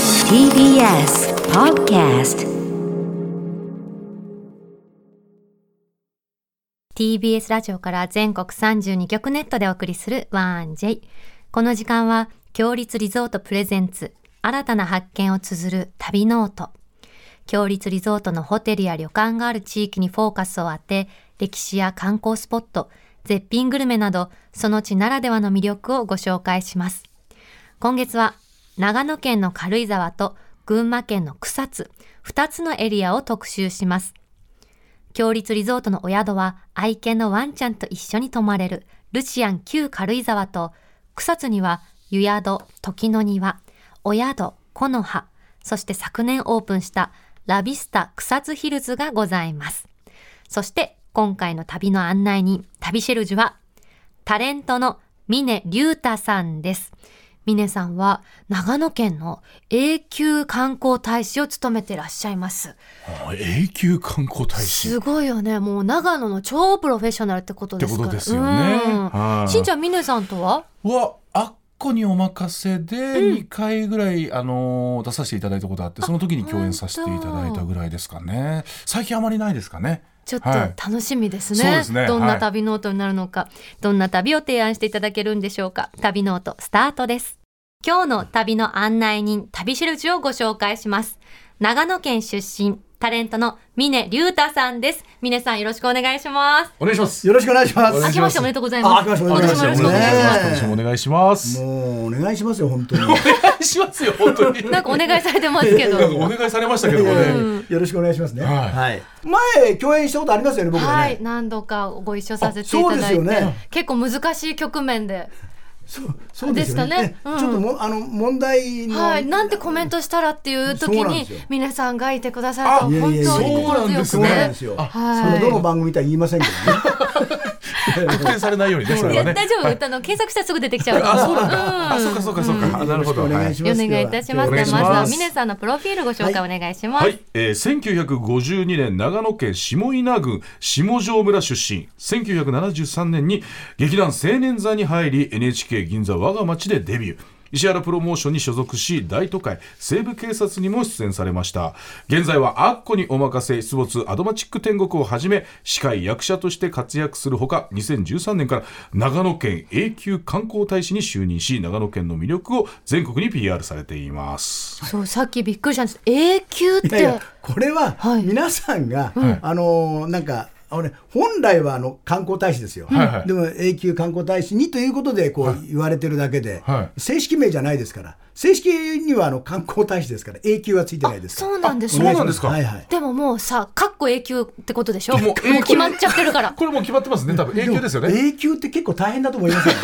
TBS Podcast TBS ラジオから全国32局ネットでお送りする 1J この時間は強立リゾートプレゼンツ新たな発見を綴る旅ノート強立リゾートのホテルや旅館がある地域にフォーカスを当て歴史や観光スポット絶品グルメなどその地ならではの魅力をご紹介します今月は長野県の軽井沢と群馬県の草津2つのエリアを特集します強立リゾートのお宿は愛犬のワンちゃんと一緒に泊まれるルシアン旧軽井沢と草津には湯宿時の庭お宿木の葉そして昨年オープンしたラビスタ草津ヒルズがございますそして今回の旅の案内人旅シェルジュはタレントの峰竜太さんです峰さんは長野県の永久観光大使を務めてらっしゃいますあ永久観光大使っすごいよね。もう長野の超プロフェッショナルってことてですこからとですよね。うはいん、しんちゃん、みねさんとははあっこにお任せで2回ぐらい、あのー出させていただいたことあってその時に共演させていただいたぐらいですかね最近あまりないですかねちょっとはい楽しみですね。そうですねどんはない旅ノートになるのか、どんな旅を提案していただけるんでしょうか。旅ノートスタートです。今日の旅の案内人、旅しるじをご紹介します。長野県出身、タレントの峰竜太さんです。峰さん、よろしくお願いします。お願いしますよろしくお願いしまお願明いす。けましておめでとうございます。あ明けましておめでとうございます今年もよろしくお願いします私ねもお願いしますもおうお願いしますよ 本当に。願いしますよ本当に なんかお願いされてますけど。お願いされましたけどもね、よろしくお願いしますね。はいはい。前共演したことありますよね僕らはねい。、何度かご一緒させていたあだそうですいて、よね結構難しい局面で、そうそうですでよすね。かねうんちょっともあの問題の。はい、なんてコメントしたらっていうそ時うなんでにすよ皆さんがいてくださるといや本いやいや当に心強くそうなんねですよ。はいそれどの番組とは言いませんけどね。 特定されないようにねそいれやはね大丈夫、あの検索したらすぐ出てきちゃうからあそうなんだ、あそうかそうかそうか、あなるほどよろしくおはいお願いします。願いいたしますお願いしまますずは峰さんのプロフィールご紹介お願いします、はい、えー、1952年長野県下稲郡下条村出身1973年に劇団青年座に入り NHK 銀座我が町でデビュー石原プロモーションに所属し大都会西部警察にも出演されました現在はアッコにお任せ出没アドマチック天国をはじめ司会役者として活躍するほか2013年から長野県永久観光大使に就任し長野県の魅力を全国に PR されていますそうさっきびっくりしたんです永久っいやいてやこれははい皆さんが、あのなんかあの、ね、本来はあの観光大使ですよ、はいはいでも永久観光大使にということでこう言われてるだけで、は正式名じゃないですから正式にはあの観光大使ですから永久はついてないですからそうなんですあそうなんですかはいはい、でももうさかっこ永久ってことでしょももう永久う決まっちゃってるからこれもう決まってますね多分永久ですよもね永久って結構大変だと思いますよ、ね、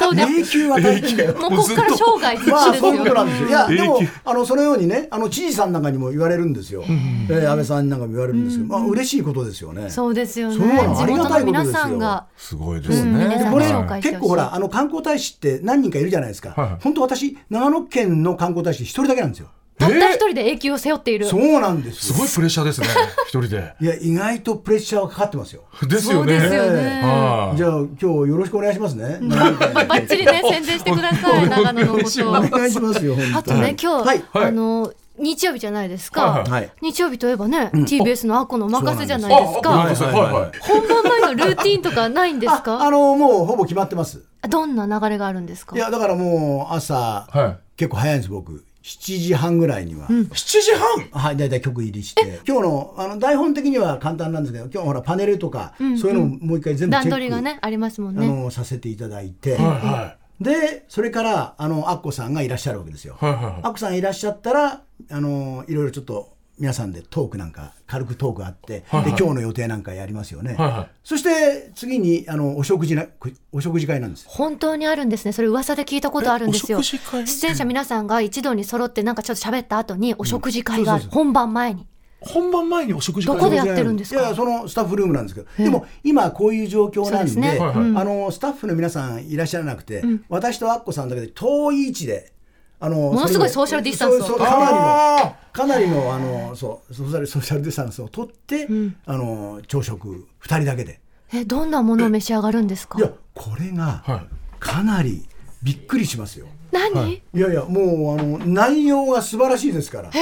そうです永久は大変だよもうここから生涯必ま至あですそうよ、いうことなんですよ。いやでも永久あのそのようにねあの知事さんなんかにも言われるんですよ。えー安倍さんなんかも言われるんですけど、まあ嬉しいことですよね。そうですよねそうなの地元の皆さんがすごいでうすん、ね、峰さんこにれ紹介して結ほしい構ほらあの観光大使って何人かいるじゃないですか、はいはい本当私長野県の観光大使一人だけなんですよたった一人で永久を背負っている、そうなんですすよごいプレッシャー ですね一人でいや意外とプレッシャーがかかってますよですよそうですねよね、はいじゃあ今日よろしくお願いしますね バッチリね宣伝してくだ さい長野のことお願いしますよ本当あとね今日、はいはいあの日曜日じゃないですか、はいはい日曜日といえばね、TBS のアコのお任せじゃないあですごめんかなさいはいはい本番前のルーティンとかないんですああかのもうほぼ決まってますどんな流れがあるんですかいやだからもう朝、はい結構早いんです僕7時半ぐらいには、 7時半はい、大体曲入りして、今日のあの台本的には簡単なんですけど、今日ほら、パネルとか、そういうのももう一回全部段チェッ取りがク、ねありますもんあねのさせていただいて、はでそれからあのアッコさんがいらっしゃるわけですよ、いはいはいはいアッコさんいらっしゃったらあのいろいろちょっと皆さんでトークなんか軽くトークあって、で今日の予定なんかやりますよね、はいはいそして次にあのお食事なお食事会なんです本当にあるんですねそれ噂で聞いたことあるんですよお食事会出演者皆さんが一堂に揃ってなんかちょっと喋った後にお食事会がある、本番前に本番前にお食事どこでやってるんですかいやそのスタッフルームなんですけど、でも今こういう状況なんでそうですねはいはいあのスタッフの皆さんいらっしゃらなくて、私とアッコさんだけで遠い位置であのものすごいソーシャルディスタンスをかなりのあかなりのあのそうソーシャルソーシャルディスタンスを取って、あの朝食2人だけでえどんなものを召し上がるんですかいやこれがはかなりびっくりしますよ、何何、いやいや、もうあの内容が素晴らしいですから。え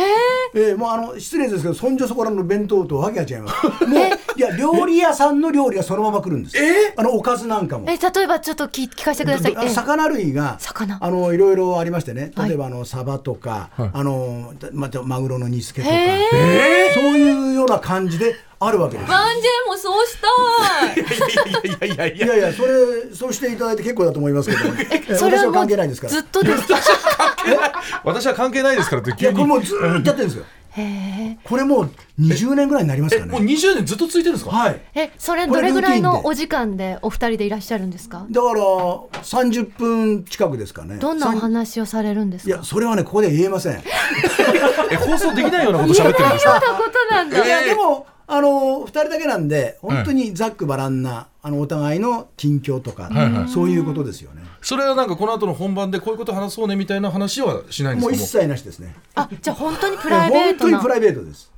えもうあの失礼ですけど、そんじょそこらの弁当とわけが違います。もういや料理屋さんの料理がそのまま来るんです。あのおかずなんかも。え例えばちょっと聞聞かせてください。あの魚類が魚あのいろいろありましてねはい例えばあのサバとか、あのまたマグロの煮付けとか、ええそういうような感じであるわけですよワンジェもそうしたい。いやいやいいやいやそれそうしていただいて結構だと思いますけどえそれは私はも関う係ないですからずっとですか。私は関係ないですからってい急やこにれもうずーっとやってるんですよこれもう20年ぐらいになりますえかねもう20年ずっと続いてるんですかはいえそれどれぐらいのお時間でお二人でいらっしゃるんですか。だから30分近くですかねどんなおさん話をされるんですいか。やそれはねここで言えませんえ放送できないようなこと喋ってるんですかそんなことなんだ。いやでもあの2人だけなんで本当にざっくばらんなあのお互いの近況とか、そういうことですよね、 それはなんかこの後の本番でこういうこと話そうねみたいな話はしないんですもうか一も切なしですねあじゃあ本当にププライベー本ト当なにプ。ライベートです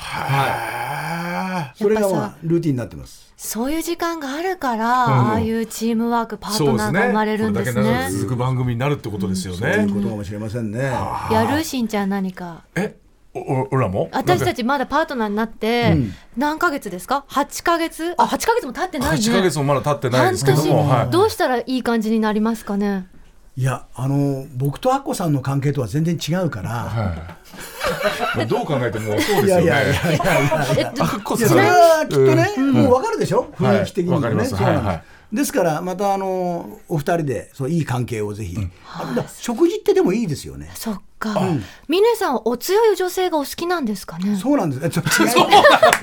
はそれが、やまっぱあ、ルーティンになってますそういう時間があるから、ああいうチームワークパいートナーが生まれるんですこれだけね長く。続く番組になるってことですよといねうことかもしれませんね、やるしんちゃん何か。えおお俺らも私たちちまだパートナーになって何ヶ月ですか8ヶ月あ8ヶ月も経ってないね8ヶ月もまだ経ってない半ですけど年、もはいどうしたらいい感じになりますかねいやあの僕とアッコさんの関係とは全然違うから、まあどう考えてもそうでいすやよいやいねやいやいやえっとあっこいやさそんれはきっとね、うんもう分かるでしょ、はい雰囲気的にもね、わかりますそうなんですはいはいですから、またあのお二人でそういい関係をぜひ、あだから食事ってでもいいですよね。そっか峰、さんはお強い女性がお好きなんですかねそうなんですえちょ 違う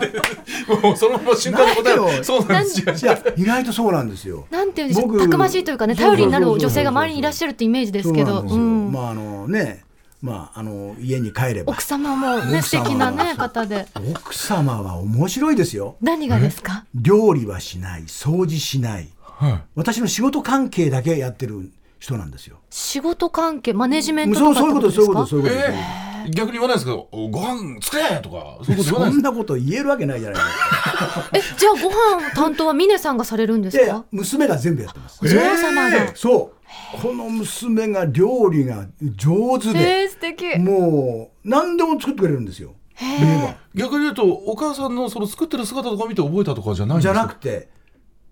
もうそのまま瞬間の答えなんではよそうなんです違う違ういや意外とそうなんですよ。なんていうんでしょう僕たくましいというかね頼りになる女性が周りにいらっしゃゃるってイメージですけど、うんまああのね、まああの家に帰れば奥様もね奥様は素敵なね方で奥様は面白いですよ。何がですか料理はしない、掃除しない、はい私の仕事関係だけやってる人なんですよ。仕事関係マネジメントそとうかそういうっこてとそういうですこかとそういうこと。えー逆に言わないですけどおご飯作れとかそういうこと言わそないんですなこと言えるわけないじゃないですか。えじゃあご飯を担当は峰さんがされるんでいすやいかや、娘が全部やってます。お嬢様が、そう。この娘が料理が上手で、えー素敵もう何でも作ってくれるんですよ。逆に言うとお母さんのその作ってる姿とか見て覚えたとかじゃないんですじゃかなくて、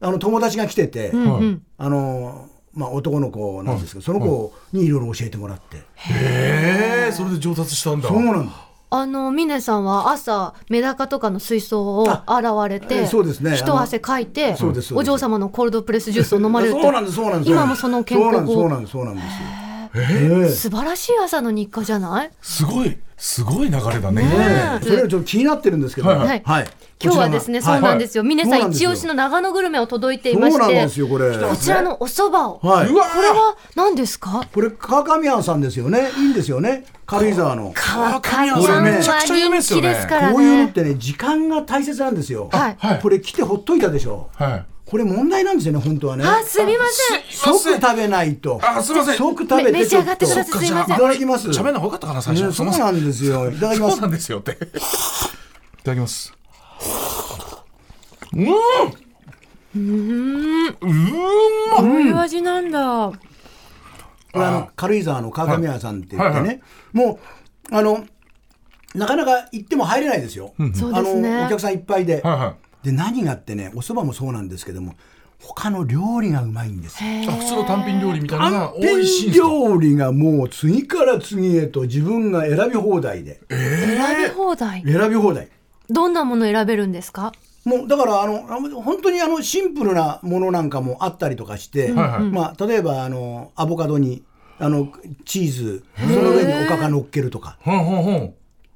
あの友達が来てて、うんうんあの、まあ男の子なんですけど、その子にいろいろ教えてもらって。ええそれで上達したんだそうなんだ。あの峰さんは朝メダカとかの水槽を洗われて、あえそうですね一汗かいてそうですそうですお嬢様のコールドプレスジュースを飲まれるってそうなんです、そうなんです。今もその健康法そうなんです、そうなんです、そうなんですよ。素晴らしい朝の日課じゃないすごいすごい流れだねええそれはちょっと気になってるんですけど、はいはい今日はですね、そうなんですよ、峰さん一押しの長野グルメを届いていまそしうなんてですよ、これ。こちらのお蕎麦を、はい。うわこれは何ですかこれ川上庵さんですよね。いいんですよね。軽井沢の。川上こされんめちゃはくちゃ有名で人すよ気ねですからこういうのっねてね、時間が大切なんですよ。はいはいこれ来てほっといたでしょ。はいこれ問題なんですよね、本当はね。あすみませんすいま即せん食べないと。あすいません即食べてめ召し上がってくださいちょっとすいませんいただきます。喋んない方が良かったかな最ね初、そうすいまなんですよ。いただせきんまそうすな。んですよっていただきますこういう味なんだこれあの軽井沢の川上屋さんって言ってね、はいはもうあのなかなか行っても入れないですよ、そうあですねのお客さんいっぱいはで、いはで何がってねお蕎麦もそうなんですけども他の料理がうまいんですよいあ普通の単品料理みたいなのが安美味しいん品ですか料理がもう次から次へと自分が選び放題で選び放題選び放題どんなもの選べるんですかもうだからあのあの本当にあのシンプルなものなんかもあったりとかして、はいはいまあ、例えばあのアボカドにあのチーズその上におかか乗っけるとかほんほんほん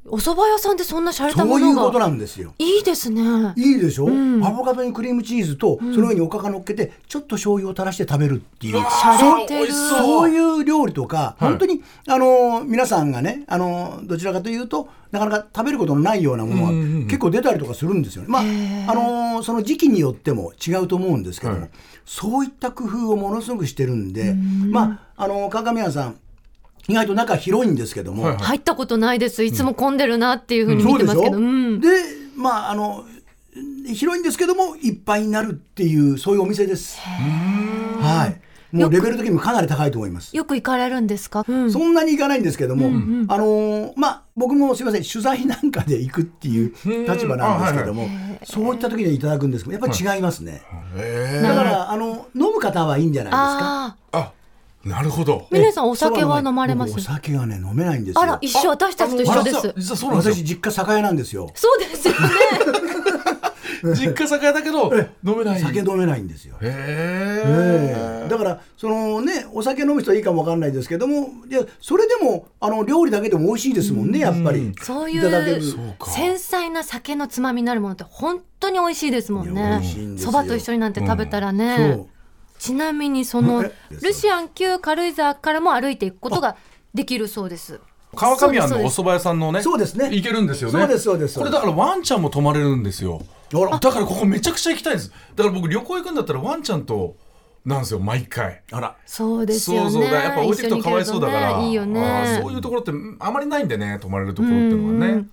お蕎麦屋さんでそんな洒落たそもういうのことがなんですよ。いいですねいいでしょ、アボカドにクリームチーズと、その上におかか乗っけてちょっと醤油を垂らして食べるっていう洒落てるそうそういう料理とか、本当にあの皆さんがねあのどちらかというとなかなか食べることのないようなものは結構出たりとかするんですよね。まああのその時期によっても違うと思うんですけども、そういった工夫をものすごくしてるんで、まああの川上屋さん意外と中広いんですけども、はいはい入ったことないですいつも混んでるなっていうふうにそ見うてでしますょ、けど、うんでまああの広いんですけどもいっぱいになるっていうそういうお店ですはいもうレベル的にもかなり高いと思います。よく行かれるんですか、うんそんなに行かないんですけども、あのーまあ、僕もすみません、取材なんかで行くっていう立場なんですけども、そういった時にはいただくんですけど、やっぱり違いますね。だから、あの、飲む方はいいんじゃないですか。ああ、あなるほど皆さんお酒は飲まれます僕お酒がね、飲めないんですよ。あら、一緒、私たちと一緒であのす。実は実はそうなんです私、よ実家酒屋なんですよ。そうですよね。実家酒屋だけど飲めない酒飲めないんですよ。へえだからそのねお酒飲む人はいいかもわかんないですけどもいやそれでもあの料理だけでも美味しいですもんねやっぱり、そういただけいるう繊細な酒のつまみになるものって本当に美味しいですもんいねや美味しいん。ですそよばと一緒になんて食べたらね。そうちなみにそのえルシアン旧軽井沢からも歩いていくことができるそうです。川上庵そうのおです蕎麦屋さんのねそうですね行けるんですよねそうですそうですこれだからワンちゃんも泊まれるんですよあらだからここめちゃくちゃ行きたいんですだから僕旅行行くんだったらワンちゃんとなんですよ毎回あらそうですよね。そうそうだやっぱ置いてるとかわいそうだから一緒に行けるとねいいよあね。ーそういうところってあまりないんでね泊まれるところっていうのがね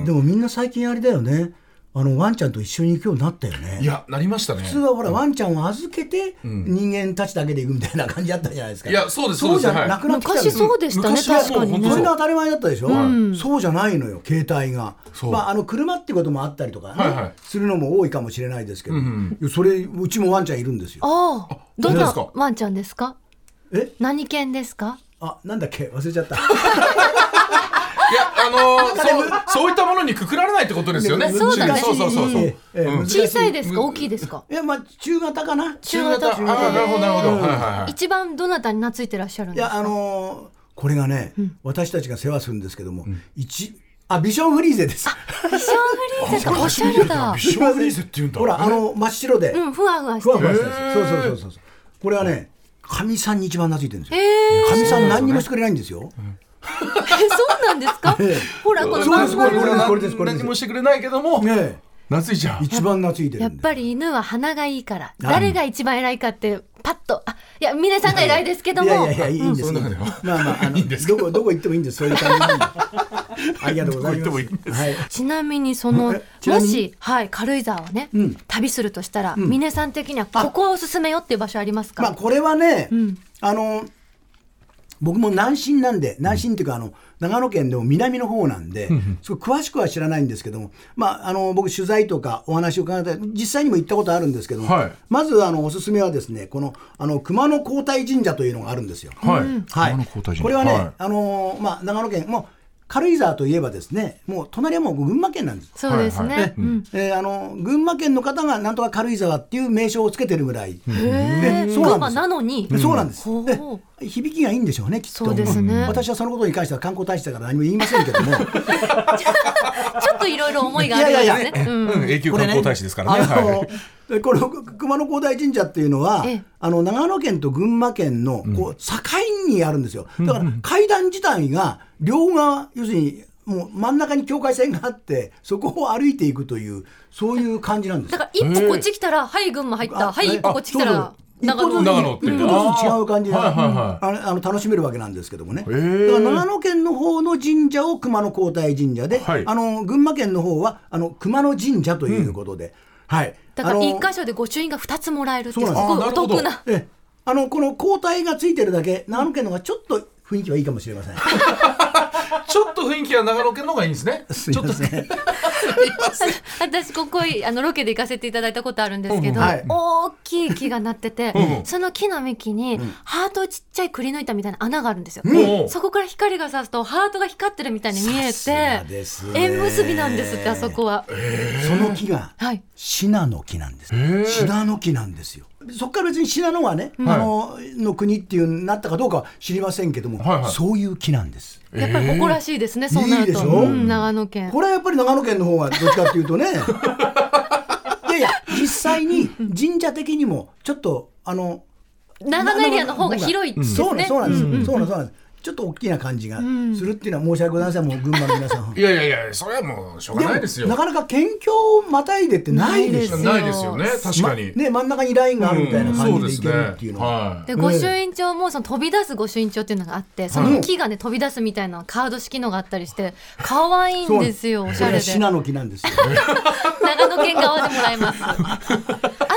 うんでもみんな最近あれだよねあのワンちゃんと一緒に行くようになったよいねやなりましたね普通はほらワンちゃんを預けて人間たちだけで行くみたいな感じだったじゃないですかいやそうですそうじゃそうですはいなくなってきたよね昔そうでしたね、昔はもう確かに本それ当ねが。当たり前だったでしょ、そうじゃないのよ携帯がそうまあ、あの車ってこともあったりとかね、はいはいするのも多いかもしれないですけど、んいやそれうちもワンちゃんいるんですよああ、どん本当でなすかワンちゃんですかえ何犬ですかあなんだっけ忘れちゃった いやあのー、そうそういったものにくくられないってことですよねそうだねそうそうそうそうええうん難し小さいですか大きいですかいやまあ中型かな中型ああーなるほどなるほど、はいはいはい一番どなたに懐いてらっしゃるんいですやかあのーこれがね、私たちが世話するんですけども、一あビションフリーゼです ビションフリーゼかおしゃれだビションフリーゼって言うんだほらあの真っ白で、うんふわふわしふわてふわるしてるんですよそうそうそうそうこれはねかみさんに一番懐いてるんですよへえかみさん何にもしてくれないんですよ、 そうなんですかええほらこのそう番ですこれ組これこれですこれです何もしてくれないけども、ね夏井ちゃえん一番懐いてるやっんですぱり犬は鼻がいいから誰が一番偉いかってパッとあいや峰さんが偉いですけどいやいもやいやいいんですうんよそんなのよまあまああのどこどこ行ってもいいんですそういう感じな んでありがとうございますどこ行ってもいいんですはいちなみにそのえちなもみにしはい軽井沢をねうん旅するとしたら峰さん的にはここをおすすめよっていう場所ありますまあかこれはね、んあの僕も南進なんで南進っていうかあの長野県でも南の方なんで、すごい詳しくは知らないんですけども、まあ、あの僕取材とかお話を伺った実際にも行ったことあるんですけども、はいまずあのおすすめはですねこのあの熊野皇太神社というのがあるんですよ。はい、はい熊野皇太神社これはね、はいあのーまあ、長野県もう軽井沢といえばですねもう隣はもう群馬県なんです。そうですはいはねいうんえーあの群馬県の方がなんとか軽井沢っていう名称をつけてるぐらい、へえねそ群うな馬んですなのにそうなんです、ほうで響きがいいんでしょうねきっとそうですねん私はそのことに関しては観光大使だから何も言いませんけどもちょっといろいろ思いがあるようですいやいね。うんうん、永久これ観ね光大使ですからね。あのはいでこの熊野皇大神社っていうのは、ええあの長野県と群馬県のこう境にあるんですよだから階段自体が両側要するにもう真ん中に境界線があってそこを歩いていくというそういう感じなんですだかよら一歩こっち来たら、はい、群馬入った、あはい、ね一歩こっち来たらあ、そう長そう野。長野って一いう歩ずつ違う感じで、あーはいはいあのあの楽しめるわけなんですけどもね、ーだから長野県の方の神社を熊野皇太神社で、はいあの群馬県の方はあの熊野神社ということで、はいだからあの一箇所で御朱印が二つもらえるって、すそうなごんいですお得な。ええあのこの交代がついてるだけ長野県の方がちょっと雰囲気はいいかもしれません。ちょっと雰囲気は長野県の方がいいんですね。すいません。私ここいあのロケで行かせていただいたことあるんですけうんうど、んはい大きい木がなってて、うんうんその木の幹にハートをちっちゃいくり抜いたみたいな穴があるんですよ、うんそこから光が差すとハートが光ってるみたいに見えさすがてですね縁結びなんですってあそこは、その木がはいシナの木なんです。シナの木なんですよ。そこから別にシナのはね、あのの国っていうになったかどうかは知りませんけども、はいはいそういう木なんです。やっぱり誇らしいですね、そうなるといいでしょうん長野県これはやっぱり長野県の方がどっちかっていう とねいやいや実際に神社的にもちょっとあの長野エリアの方が広いですねそうなんそうなんです、そうなんそうなんですちょっと大きな感じがするっていうのは申し訳ございませんもう群馬の皆さんいやいやいや、それはもうしょうがないですよ。なかなか県境をまたいでってないでしょかないですよね、確かに。ね真ん中にラインがあるみたいな感じでいけるっていうのは、はで御朱印帳もその飛び出す御朱印帳っていうのがあってその木がね飛び出すみたいなカード式のがあったりして可愛いんですよおしそゃれれがで信濃木なんですよ長野県側でもらえますあ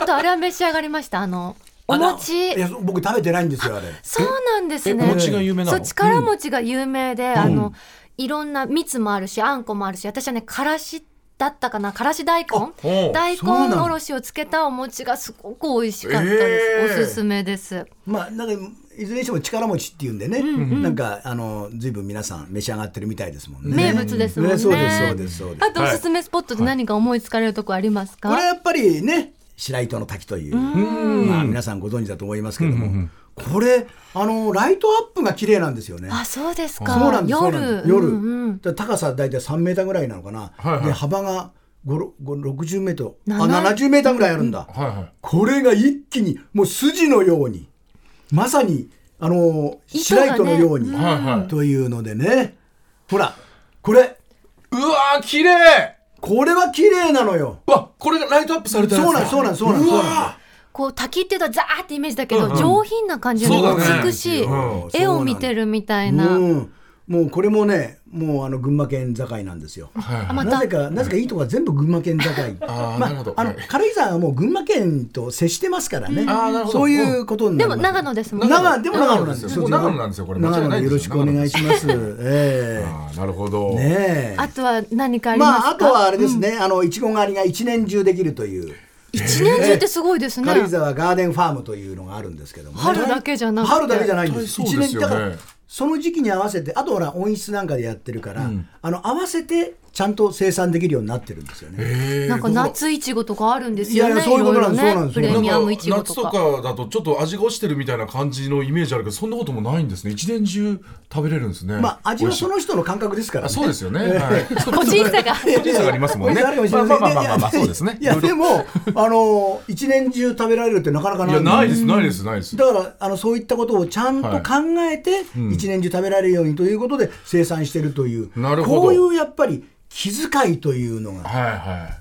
とあれは召し上がりましたあのおな餅いや、僕食べてないんですよ、あれ。そうなんですねえお餅が有名なのそう力餅が有名で、あのいろんな蜜もあるしあんこもあるし私はねからしだったかなからし大お根う大そうな根のおろしをつけたお餅がすごく美味しかったです、ええおすすめですまあ、なんか、いずれにしても力持ちっていうんでね、なんか、あの、ずいぶん皆さん召し上がってるみたいですもんね。名物ですもんねねそうです、そうです、そうです。あとおすすめスポットで何か思いつかれるとこありますか、これはやっぱりね白糸の滝というまあ、皆さんご存知だと思いますけども、これあのライトアップが綺麗なんですよね。あそうですかそうなんですそう夜なんです夜、うんうんだから高さ大体3メーターぐらいなのかな、はいはいで幅が5 6 0メートルあなな70メーターぐらいあるんはだ、いはいこれが一気にもう筋のようにまさにあの糸がね白糸のように、はいはいというのでねほらこれうわー綺麗これは綺麗なのよ。うわこれがライトアップされたやつそうなんそうなんそうなんそうなんこう滝っていうとザーってイメージだけど、上品な感じでそうだね美しい、うん絵を見てるみたいな、うん、もうこれもねもうあの群馬県境なんですよ。あまなたぜかなぜかいいとこは全部群馬県境。あーまなるほどあのはい軽井沢はもう群馬県と接してますからね。あーなるほどそういうことになでりもます長野ですもんね長野でも長野なんですよ。長野なんですよこれ間長違いな野いよでろすしよくお願いします。えあーなるほどえねえ。あとは何かありますかまああとはあれですね、あのいちご狩りが一年中できるという。一年中ってすごいですね。軽井沢ガーデンファームというのがあるんですけども、春だけじゃなくて春だけじゃないんです絶対そうですよね一年だからその時期に合わせてあとほら温室なんかでやってるから、あの合わせてちゃんと生産できるようになってるんですよね、なんか夏いちごとかあるんですよね。いやいやそういうことなんですろろねそプうなんですレミアムいちご夏ととか。かだとちょっと味が落ちてるみたいな感じのイメージあるけどそんなこともないんですね一年中食べれるんですねまあ味は美味しいその人の感覚ですからあねそうですよね、はい、個人差が。個人差がありますもんねいやいやいやまあまあまあまあまあいやいやそうですねいやでもあの一年中食べられるってなかなかいないやんでないですないですないですだからあのそういったことをちゃんと考えて一年中食べられるようにということで生産してるという、なるほどこういうやっぱり気遣いというのがはいはい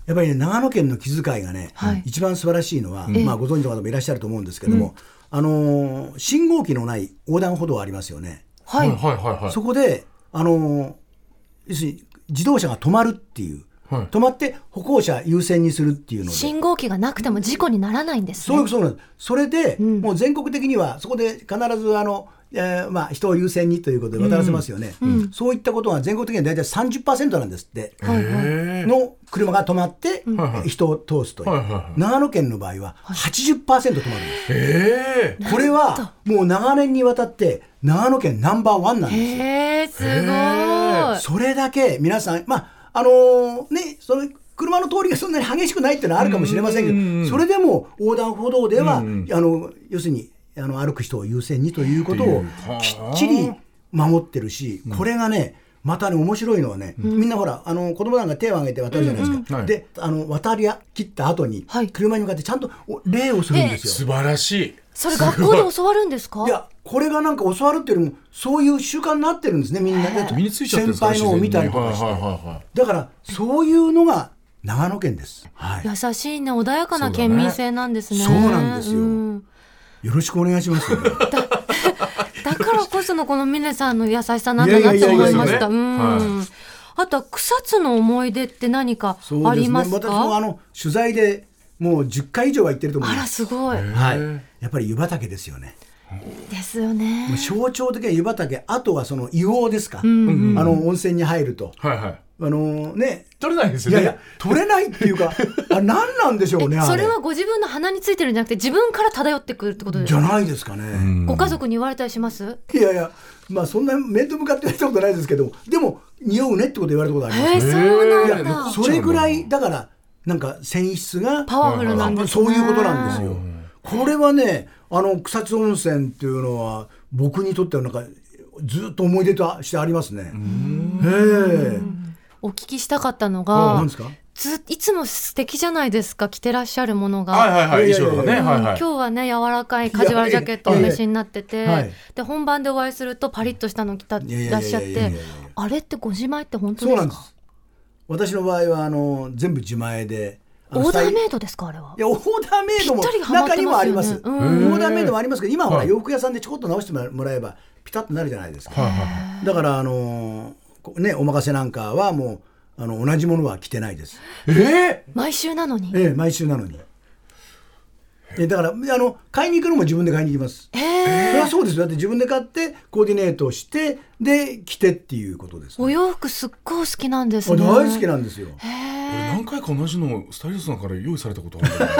やっぱりね、長野県の気遣いがね、はい一番素晴らしいのは、まあ、ご存知の方もいらっしゃると思うんですけども、あのー信号機のない横断歩道ありますよね、はい。はいはいはいそこで、あのー要するに自動車が止まるっていう、はい止まって歩行者優先にするっていうので。信号機がなくても事故にならないんですそうねいう。そうなんですそれで、もう全国的にはそこで必ずあの、えーまあ、人を優先にということで渡らせますよね、そういったことが全国的には大体30%なんですって、の車が止まって、人を通すという、はいはいはい長野県の場合は80%止まるんです、ええこれはもう長年にわたって長野県ナンバーワンなんですよへえすごそれだけ皆さん、まああのーね、その車の通りがそんなに激しくないっていうのはあるかもしれませんけど、それでも横断歩道では、あの要するにあの歩く人を優先にということをきっちり守ってるし、これがね、またね、面白いのはね、みんなほら、あの子供なんか手を挙げて渡るじゃないですか、うんはいであの渡り切った後に、はい車に向かってちゃんとお礼をするんですよ。素晴らしいい。それ学校で教わるんですかい？や、これがなんか教わるっていうよりも、そういう習慣になってるんですね、みんな。だって身についちゃってるん先ですかね輩のを見たりとか自して。然にはいはいはいはいだから、そういうのが長野県です。はい。優しいね穏やかな県民性なんですね。そうなんですよんよろしくお願いします。 だからこそのこのミネさんの優しさなんだなって思いました。いやいやいやいやいやうん。あとは草津の思い出って何かそうですねありますか？私もあの、取材でもう10回以上は行ってると思いあまらす。すごいはい。やっぱり湯畑ですよね。ですよねもう。象徴的な湯畑、あとはその硫黄ですか。あの、温泉に入ると。はいはいあのね、取れないですいよやねいや、取れないってい うか、あ何なんでしょうね、あれ。それはご自分の鼻についてるんじゃなくて自分から漂ってくるってことですじゃかないですかね。ご家族に言われたりしますいやいや、まあそんな面と向かって言われたことないですけども、でも、匂うねってこと言われたことありえます。ー、そうなんいやだそれぐらい、だから、なんか泉質が、パワフルなんですねそういうことなんですよ。これはね、あの、草津温泉っていうのは、僕にとってはなんか、ずっと思い出としてありますね。ええ。お聞きしたかったのあがなんですかずっいつも素敵じゃないですか着てらっしゃるものが、はいはいはいいやいや衣装とかねうんはいはい今日はね柔らかいカジュアルジャケットいおやいや召しになってて、はいで本番でお会いするとパリッとしたの着たいやいやいやらっしゃっていやいやいやいやあれってご自前って本当そでうなすんでかす。私の場合は、あの、全部自前で。あのオーダスタイーリメイドですかあれはいやオーダーメイドもぴったりはまっ中てにもまあすよねりますうオーダーメイドもありますけど今はほらはい洋服屋さんでちょこっと直してもらえばピタッとなるじゃないですか、だからあのーこねお任せなんかはもうあの同じものは着てないです、ええ毎週なのにええ、毎週なのにえだからあの買いに行くのも自分で買いに行きます。それはそうですよだって自分で買ってコーディネートしてで着てっていうことです、おね。洋服すっごい好きなんですあね。大好きなんですよ。何回か同じのスタイリストさんから用意されたことあるんだよ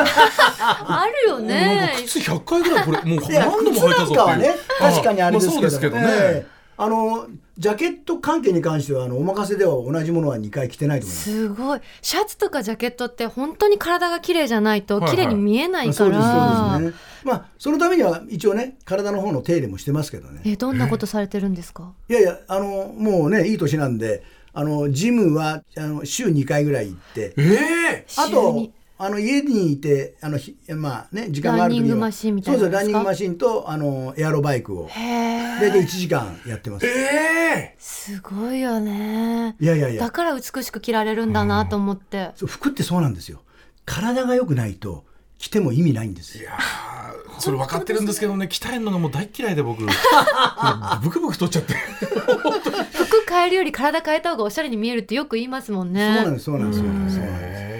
あるよなんねか。靴100回ぐらいこれもう いや何度も靴履いなたんぞかはっていねう確かにあれですけまど,、そうですけどね、ええあのジャケット関係に関してはあのお任せでは同じものは2回着てないと思います。すごい。シャツとかジャケットって本当に体が綺麗じゃないとはいは綺い麗に見えないかそうですら。そうですね。まあそのためには一応ね体の方の手入れもしてますけどね。えどんなことされてるんですか。いやいやあのもうねいい年なんであのジムはあの週2回ぐらい行ってええあ週とにあの家にいてあのひまあね時間がある時ランニンにはグマシンみたいなそのうそうですかランニングマシンとあのエアロバイクをへ大体1時間やってます。ええすごいよね。いやいやいだやから美しく着られるんだなと思って。そう服ってそうなんですよ。体が良くないと着ても意味ないんですよ。それ分かってるんですけどね鍛えるのがもう大嫌いで 僕ブクブク取っちゃって服変えるより体変えた方がおしゃれに見えるってよく言いますもんそうね。なんですそうなんですそうなんですそうなんです。え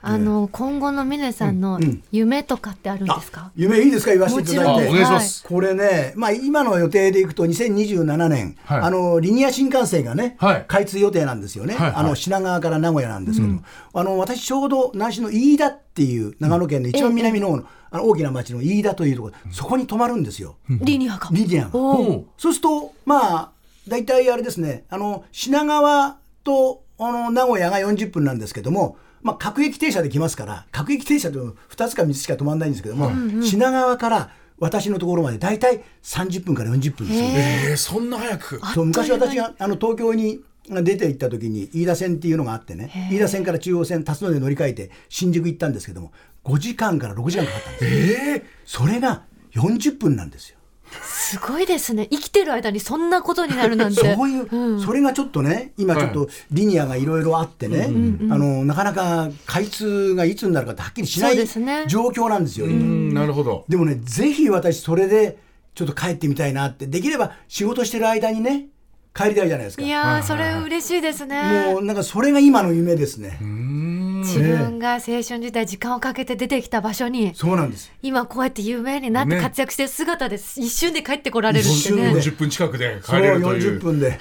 あの、今後のミネさんの夢とかってあるんですか。夢いいですか言わせていただいもて。ちろんお願いしますこれね、まあ、今の予定でいくと2027年、はいあのリニア新幹線がね、はい開通予定なんですよね、はいはいあの品川から名古屋なんですけども、あの私ちょうど南市の飯田っていう長野県の一番南の方の,、あの大きな町の飯田というところそこに泊まるんですよ、リニアが。リニアえが。おーそうするとまあ大体あれですねあの品川とあの名古屋が40分なんですけども、まあ、各駅停車で来ますから各駅停車と2つか3つしか止まらないんですけども、品川から私のところまで大体30分から40分ですよね。えそんな早くそう昔私があの東京に出て行った時に飯田線っていうのがあってね飯田線から中央線辰野で乗り換えて新宿行ったんですけども5時間から6時間かかったんですよええそれが40分なんですよ。すごいですね。生きてる間にそんなことになるなん て。そういう、それがちょっとね今ちょっとリニアがいろいろあってね、あのなかなか開通がいつになるかってはっきりしなそいうですね状況なんですよ、う今んなるほどでもねぜひ私それでちょっと帰ってみたいなってできれば仕事してる間にね帰りたいじゃないですかいやー、それ嬉しいですねも。うなんかそれが今の夢ですね、自分が青春時代時間をかけて出てきた場所に、そうなんです今こうやって有名になってね活躍してる姿です。一瞬で帰ってこられるって一瞬ねで。 40分近くで帰そうれるという40分で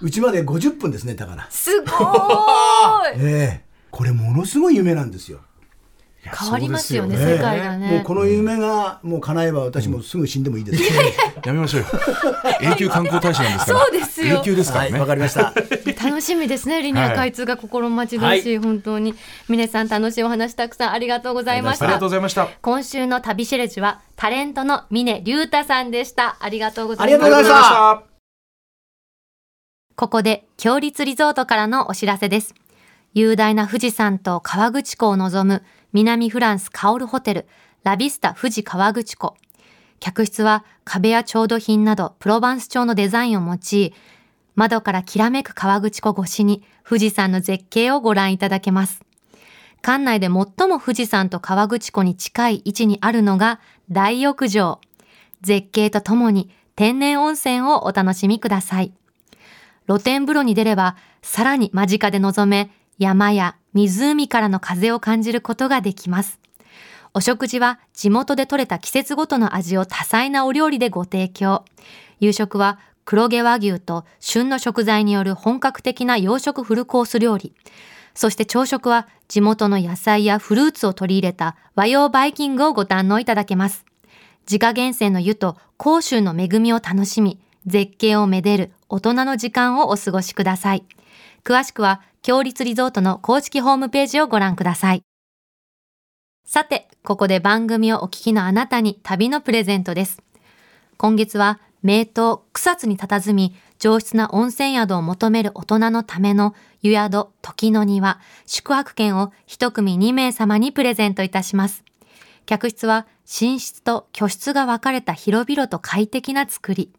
うちまで50分ですねだからすごーい。ええこれものすごい夢なんですよ変わりますよね、そうで世すよね界がもうね。この夢がもう叶えば私もすぐ死んでもいいです、やめましょ うよ永久観光大使なんですからそうですよ永久ですかはらいね、わかりました楽しみですね、リニア開通が心待ちだし、本当に。皆さん楽しいお話たくさんありがとうございましありたがとうご。ざいました今週の旅シェルジュはタレントの峰竜太さんでした。ありがとうございありがまとうございまししたた。ここで、強立リゾートからのお知らせです。雄大な富士山と河口湖を望む南フランスカオルホテル、ラビスタ富士河口湖。客室は壁や調度品などプロバンス調のデザインを用い、窓からきらめく河口湖越しに富士山の絶景をご覧いただけます。館内で最も富士山と河口湖に近い位置にあるのが大浴場。絶景とともに天然温泉をお楽しみください。露天風呂に出れば、さらに間近で望め、山や湖からの風を感じることができます。お食事は地元で採れた季節ごとの味を多彩なお料理でご提供。夕食は黒毛和牛と旬の食材による本格的な洋食フルコース料理。そして朝食は地元の野菜やフルーツを取り入れた和洋バイキングをご堪能いただけます。自家源泉の湯と甲州の恵みを楽しみ、絶景をめでる大人の時間をお過ごしください。詳しくは、強立リゾートの公式ホームページをご覧ください。さて、ここで番組をお聞きのあなたに旅のプレゼントです。今月は、名湯草津に佇み、上質な温泉宿を求める大人のための湯宿時の庭宿泊券を一組2名様にプレゼントいたします。客室は寝室と居室が分かれた広々と快適な作り。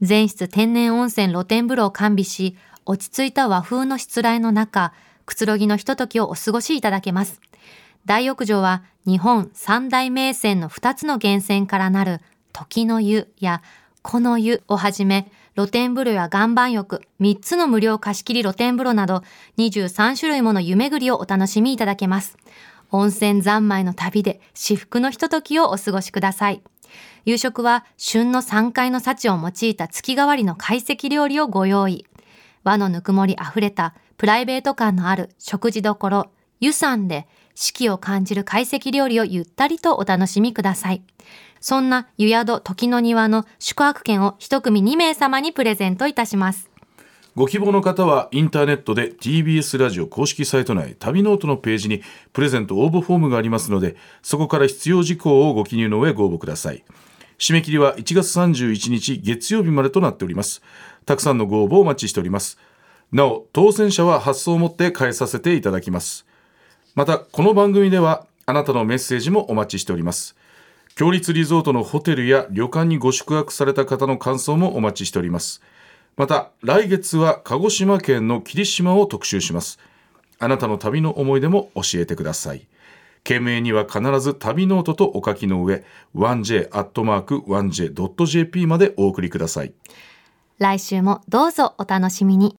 全室天然温泉露天風呂を完備し、落ち着いた和風のしつらえの中、くつろぎのひとときをお過ごしいただけます。大浴場は日本三大名泉の2つの源泉からなる時の湯やこの湯をはじめ露天風呂や岩盤浴3つの無料貸し切り露天風呂など23種類もの湯巡りをお楽しみいただけます温泉三昧の旅で至福のひとときをお過ごしください。夕食は旬の3階の幸を用いた月替わりの懐石料理をご用意。和のぬくもりあふれたプライベート感のある食事どころ、湯山で四季を感じる懐石料理をゆったりとお楽しみください。そんな湯宿時の庭の宿泊券を一組2名様にプレゼントいたします。ご希望の方はインターネットで TBS ラジオ公式サイト内旅ノートのページにプレゼント応募フォームがありますのでそこから必要事項をご記入の上ご応募ください締め切りは1月31日月曜日までとなっておりますたくさんのご応募をお待ちしておりますなお当選者は発送をもって返させていただきますまたこの番組ではあなたのメッセージもお待ちしております強立リゾートのホテルや旅館にご宿泊された方の感想もお待ちしておりますまた来月は鹿児島県の霧島を特集しますあなたの旅の思い出も教えてください件名には必ず旅ノートとお書きの上 1j.1j.jp までお送りください来週もどうぞお楽しみに。